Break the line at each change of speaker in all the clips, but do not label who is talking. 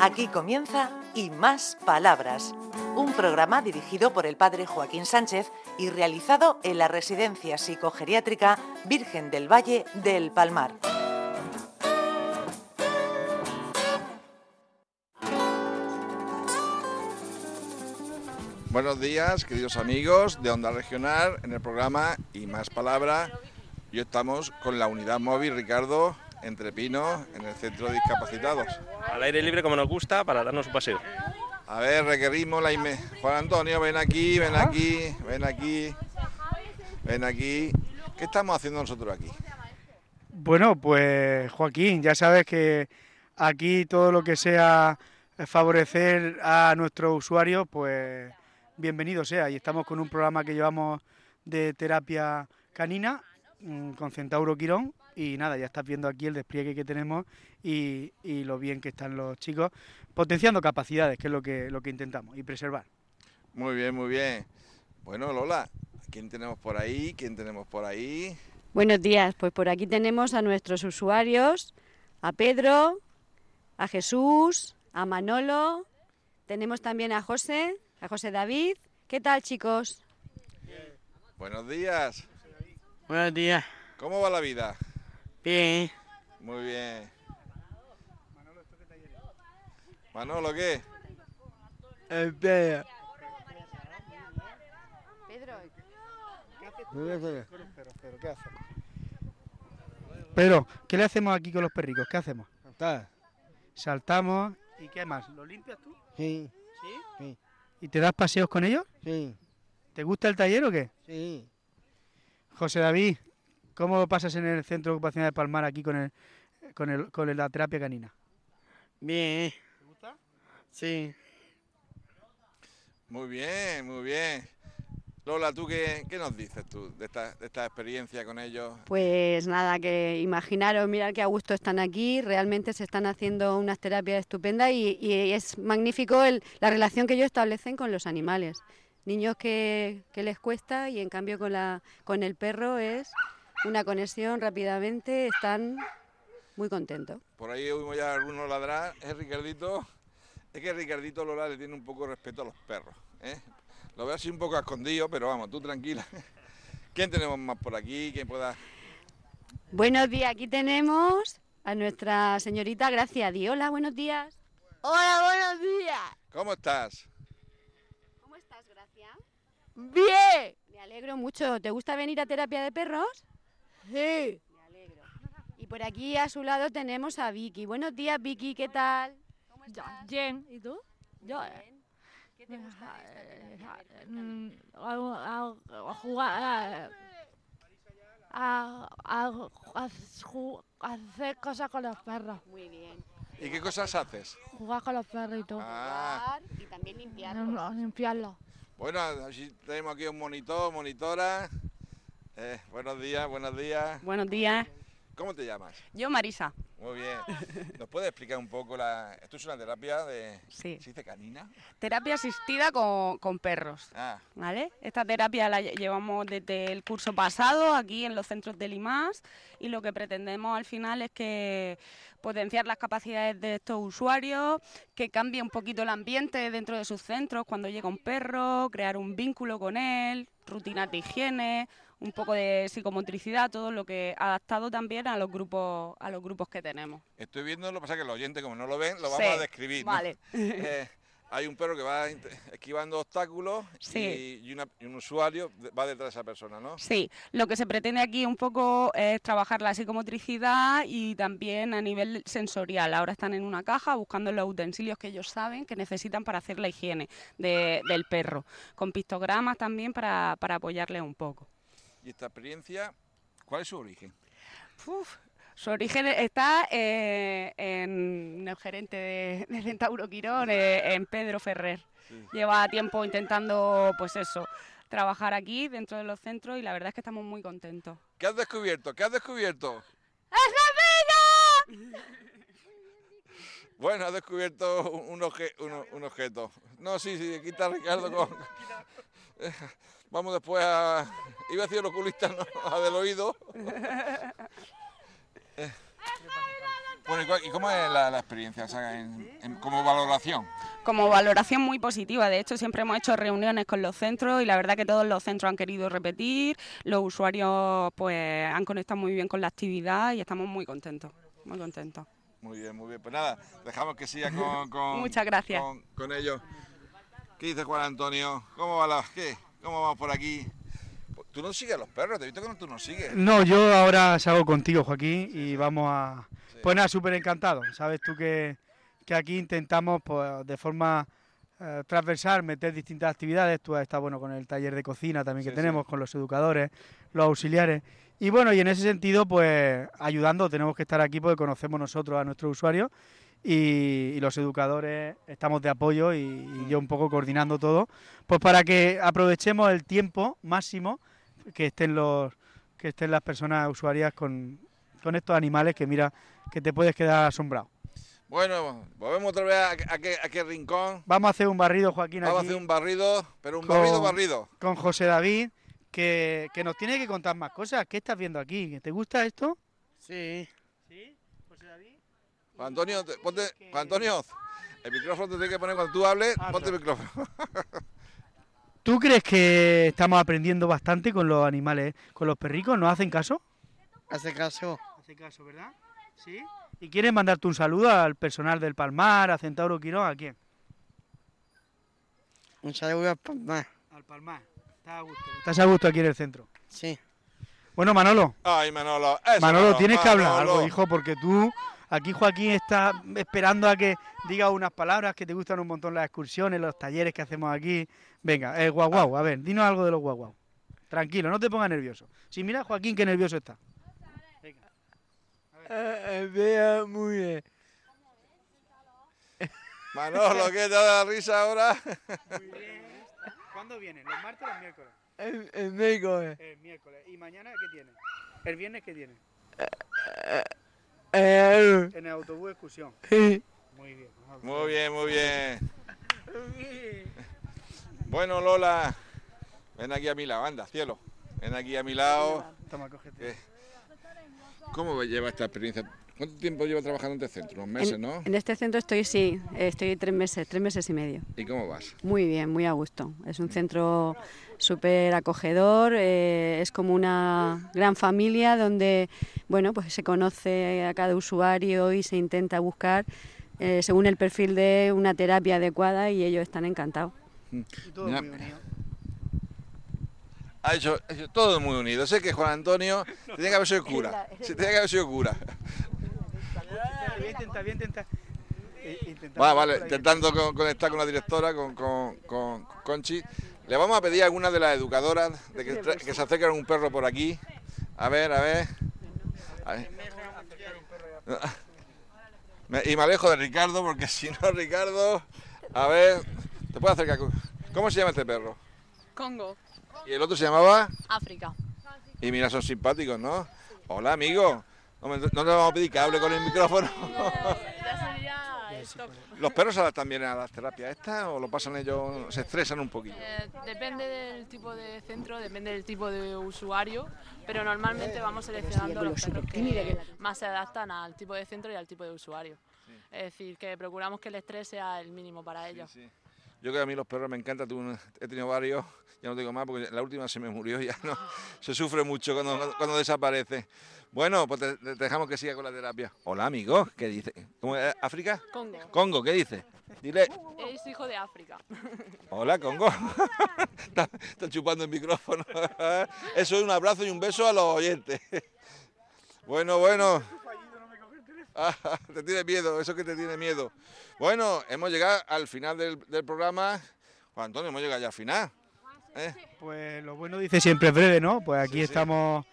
Aquí comienza Y Más Palabras, un programa dirigido por el padre Joaquín Sánchez y realizado en la Residencia Psicogeriátrica Virgen del Valle del Palmar.
Buenos días, queridos amigos de Onda Regional, en el programa Y Más Palabra. Y estamos con la unidad móvil, Ricardo, entre Pinos, en el centro de discapacitados.
Al aire libre como nos gusta para darnos un paseo.
A ver, requerimos la inme- Juan Antonio, ven aquí, ven aquí, ven aquí, ven aquí. ¿Qué estamos haciendo nosotros aquí?
Bueno, pues Joaquín, ya sabes que aquí todo lo que sea favorecer a nuestros usuarios, pues bienvenido sea. Y estamos con un programa que llevamos de terapia canina mm, con Centauro Quirón. Y nada, ya estás viendo aquí el despliegue que tenemos y, y lo bien que están los chicos, potenciando capacidades, que es lo que, lo que intentamos, y preservar.
Muy bien, muy bien. Bueno, Lola, ¿quién tenemos por ahí? ¿Quién tenemos por ahí?
Buenos días, pues por aquí tenemos a nuestros usuarios, a Pedro, a Jesús, a Manolo, tenemos también a José, a José David. ¿Qué tal chicos?
Buenos días.
Buenos días.
¿Cómo va la vida?
Bien.
Muy bien. Manolo, ¿qué?
Espera.
Pedro,
¿qué Pedro, ¿qué le hacemos aquí con los perricos? ¿Qué hacemos?
¿Está?
Saltamos. ¿Y qué más? ¿Lo limpias tú?
Sí,
¿Y te das paseos con ellos?
sí,
¿Te gusta el taller o qué?
sí.
José David, ¿cómo lo pasas en el Centro Ocupacional de Palmar aquí con, el, con, el, con el- la terapia canina?
Bien. ¿Te gusta? Sí.
Muy bien, muy bien. Lola, ¿tú qué, qué nos dices tú de esta, de esta experiencia con ellos?
Pues nada, que imaginaros, mirad qué a gusto están aquí, realmente se están haciendo unas terapias estupendas y, y es magnífico el- la relación que ellos establecen con los animales. Niños que, que les cuesta y en cambio con, la, con el perro es una conexión rápidamente, están muy contentos.
Por ahí oímos ya algunos ladrar. Es Ricardito. Es que Ricardito Lola le tiene un poco de respeto a los perros. ¿eh? Lo veo así un poco escondido, pero vamos, tú tranquila. ¿Quién tenemos más por aquí? ¿Quién pueda?
Buenos días, aquí tenemos a nuestra señorita Gracia Diola, buenos días.
Hola, buenos días.
¿Cómo estás?
¿Cómo estás, Gracia?
Bien.
Me alegro mucho, ¿te gusta venir a terapia de perros?
Sí.
Me alegro. Y por aquí a su lado tenemos a Vicky. Buenos días, Vicky, ¿qué tal? ¿Cómo estás?
Bien, ¿y tú? Yo.
Ah, Bien. ¿Qué te gusta de esta terapia? A ver,
eh,
cuéntame.
mm, a- a- a jugar. A, a- a- a ju- a hacer cosas con los perros.
Muy bien.
¿Y qué cosas haces?
Jugar con los perritos.
Ah,
Jugar Y también limpiarlos.
Mm, Limpiarlos.
bueno, así tenemos aquí un monitor, monitora. Eh, buenos días, buenos días.
Buenos días.
¿Cómo te llamas?
Yo, Marisa.
Muy bien.
Ah.
¿Nos puedes explicar un poco la... Esto es una terapia de...
Sí.
¿Se dice canina?
Terapia asistida con, con perros.
Ah,
¿Vale? Esta terapia la lle- llevamos desde el curso pasado aquí en los centros del IMAS y lo que pretendemos al final es que potenciar las capacidades de estos usuarios, que cambie un poquito el ambiente dentro de sus centros cuando llega un perro, crear un vínculo con él, rutinas de higiene, un poco de psicomotricidad, todo lo que adaptado también a los grupos a los grupos que tenemos.
estoy viendo, lo que pasa es que los oyentes como no lo ven, lo vamos
Sí,
a describir. ¿no?
Vale.
Eh, hay un perro que va int- esquivando obstáculos
Sí.
y, y una- y un usuario de- va detrás de esa persona, ¿no?
Sí, lo que se pretende aquí un poco es trabajar la psicomotricidad y también a nivel sensorial. Ahora están en una caja buscando los utensilios que ellos saben que necesitan para hacer la higiene de- del perro, con pictogramas también para, para apoyarle un poco.
Y esta experiencia, ¿cuál es su origen?
Uf, Su origen está eh, en el gerente de, de Centauro Quirón, eh, en Pedro Ferrer.
Sí.
Lleva tiempo intentando, pues eso, trabajar aquí dentro de los centros y la verdad es que estamos muy contentos.
¿Qué has descubierto? ¿Qué has descubierto? Bueno, has descubierto un, obje- uno- un objeto. No, sí, sí, aquí está Ricardo con... Vamos después a... Iba a decir el oculista, ¿no? A del oído. Eh, Bueno, ¿y cuál- ¿y cómo es la, la experiencia? O sea, en- en- como valoración.
como valoración muy positiva. De hecho, siempre hemos hecho reuniones con los centros y la verdad que todos los centros han querido repetir. Los usuarios pues han conectado muy bien con la actividad y estamos muy contentos, muy contentos.
Muy bien, muy bien. Pues nada, dejamos que siga con, con-
Muchas gracias.
Con, con ellos. ¿Qué dice Juan Antonio? ¿Cómo va la, qué? ¿Cómo vamos por aquí? Tú no sigues a los perros, te he visto que no, tú no sigues.
No, yo ahora salgo contigo, Joaquín, y vamos a... Pues nada, súper encantado. Sabes tú que, que aquí intentamos, pues, de forma eh, transversal, meter distintas actividades. Tú has estado, bueno, con el taller de cocina también que
Sí, sí.
tenemos, con los educadores, los auxiliares. Y bueno, y en ese sentido, pues, ayudando, tenemos que estar aquí porque conocemos nosotros a nuestros usuarios y, y los educadores estamos de apoyo y, y yo un poco coordinando todo, pues para que aprovechemos el tiempo máximo que estén los que estén las personas usuarias con, con estos animales que mira que te puedes quedar asombrado.
Bueno, volvemos otra vez a, a, que- a aquel rincón.
Vamos a hacer un barrido, Joaquín,
Vamos a
aquí
hacer un barrido, pero un
Con-
barrido barrido.
con José David, que, que nos tiene que contar más cosas. ¿Qué estás viendo aquí? ¿Te gusta esto?
sí.
Juan Antonio, te- ponte, Juan Antonio, el micrófono te tiene que poner cuando tú hables,
Ah,
ponte el micrófono.
¿Tú crees que estamos aprendiendo bastante con los animales, eh? con los perricos? ¿Nos hacen caso?
Hace caso.
Hace caso, ¿verdad? Sí. ¿Y quieres mandarte un saludo al personal del Palmar, a Centauro Quirón, a quién?
Un saludo a papá.
Al Palmar. Estás a gusto. Estás a gusto aquí en el centro.
Sí.
Bueno, Manolo,
Ay, Manolo, eso,
Manolo, tienes que hablar
Manolo.
algo, hijo, porque tú, aquí Joaquín está esperando a que digas unas palabras que te gustan un montón las excursiones, los talleres que hacemos aquí. Venga, el guau guau, a ver, dinos algo de los guau guau. Tranquilo, no te pongas nervioso. Si mira Joaquín que nervioso está.
Vea muy bien.
Manolo, ¿qué te da la risa ahora?
¿Cuándo vienen? ¿Los martes o los miércoles?
En México.
El miércoles. ¿Y mañana qué tienen? ¿El viernes qué tienen?
eh,
Eh.
En el autobús de excursión.
Sí.
Muy bien.
Muy bien, muy bien. Bueno, Lola, ven aquí a mi lado, anda, cielo. Ven aquí a mi lado.
Toma, cógete.
Eh, ¿Cómo lleva esta experiencia? ¿Cuánto tiempo lleva trabajando en este centro? Unos meses,
en,
¿no?
en este centro estoy, sí, estoy tres meses, tres meses y medio.
¿Y cómo vas?
Muy bien, muy a gusto. Es un centro súper acogedor, eh, es como una gran familia donde bueno, pues se conoce a cada usuario y se intenta buscar eh, según el perfil de una terapia adecuada y ellos están encantados.
Y todo
Mira.
muy unido.
Ha hecho, ha hecho todo muy unido. Sé que Juan Antonio tenía que haber sido cura. Se tenía que haber sido cura.
Voy a intentar, voy a intentar. eh, intentar
Va, vale,
por ahí.
intentando con- conectar con la directora, con, con, con- con Conchi. Le vamos a pedir a alguna de las educadoras de que,
pues
tra- que se acerquen un perro por aquí. A ver, a ver. A ver. Me- Y me alejo de Ricardo, porque si no, Ricardo. A ver, te puedo acercar. con- ¿Cómo se llama este perro?
Congo.
Y el otro se llamaba.
África.
Y mira, son simpáticos, ¿no? Hola, amigo. No, me- no te vamos a pedir que hable con el micrófono.
Ya sería esto.
¿Los perros se adaptan bien a las terapias estas o lo pasan ellos, se estresan un poquillo?
Eh, depende del tipo de centro, depende del tipo de usuario, pero normalmente vamos seleccionando los perros que más se adaptan al tipo de centro y al tipo de usuario. Es decir, que procuramos que el estrés sea el mínimo para ellos.
Sí, sí. Yo que a mí los perros me encantan, tuve un- he tenido varios, ya no tengo más porque la última se me murió, ya no. Se sufre mucho cuando, cuando desaparece. Bueno, pues te, te dejamos que siga con la terapia. Hola, amigo, ¿qué dice? ¿Cómo es? ¿África?
Congo
Congo, ¿qué dice? Dile,
es hijo de África.
hola, Congo. está, está chupando el micrófono. Eso es un abrazo y un beso a los oyentes. Bueno, bueno. Ah, te tiene miedo, eso que te tiene miedo. Bueno, hemos llegado al final del, del programa. Juan Antonio, hemos llegado ya al final. ¿eh?
Pues lo bueno dice siempre es breve, ¿no? Pues aquí
Sí, sí.
estamos,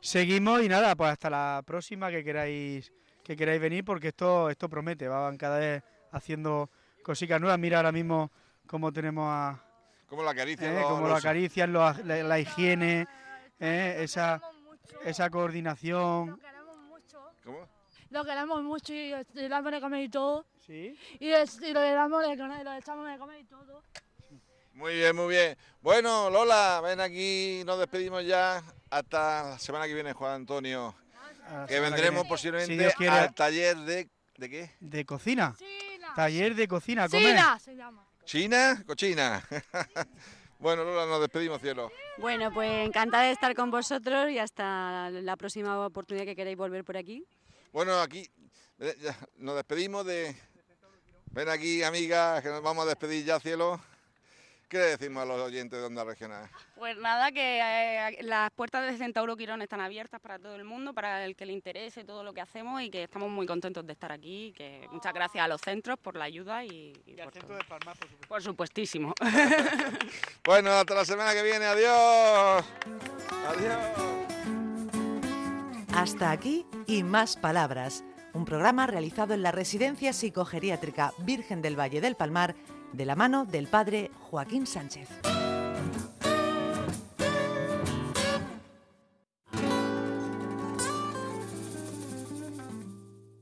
seguimos y nada, pues hasta la próxima que queráis que queráis venir porque esto esto promete, va- van cada vez haciendo cositas nuevas. Mira ahora mismo cómo tenemos a
¿Cómo la acaricia?
¿eh?
los-
cómo lo
los-
acarician, lo- la, la higiene, ¿eh? esa esa coordinación.
¿Cómo?
Lo queremos mucho y le damos de comer y todo.
Sí.
Y, lo le damos de comer y lo echamos de comer y todo.
Muy bien, muy bien. Bueno, Lola, ven aquí, nos despedimos ya. Hasta la semana que viene, Juan Antonio. Que vendremos
Si
posiblemente
Dios quiere.
al taller de ¿De qué?
de cocina.
China.
Taller de cocina, comer.
China se llama.
¿China? ¿Cochina? bueno, Lola, nos despedimos, cielo.
Bueno, pues encantada de estar con vosotros y hasta la próxima oportunidad que queréis volver por aquí.
Bueno, aquí eh, ya, nos despedimos de... Ven aquí, amigas, que nos vamos a despedir ya, cielo. ¿Qué le decimos a los oyentes de Onda Regional?
Pues nada, que eh, las puertas de Centauro Quirón están abiertas para todo el mundo, para el que le interese todo lo que hacemos y que estamos muy contentos de estar aquí. y que muchas gracias a los centros por la ayuda y, y por, todo. por supuestísimo.
Bueno, hasta la semana que viene. Adiós. Adiós.
Hasta aquí y más palabras, un programa realizado en la Residencia Psicogeriátrica Virgen del Valle del Palmar de la mano del padre Joaquín Sánchez.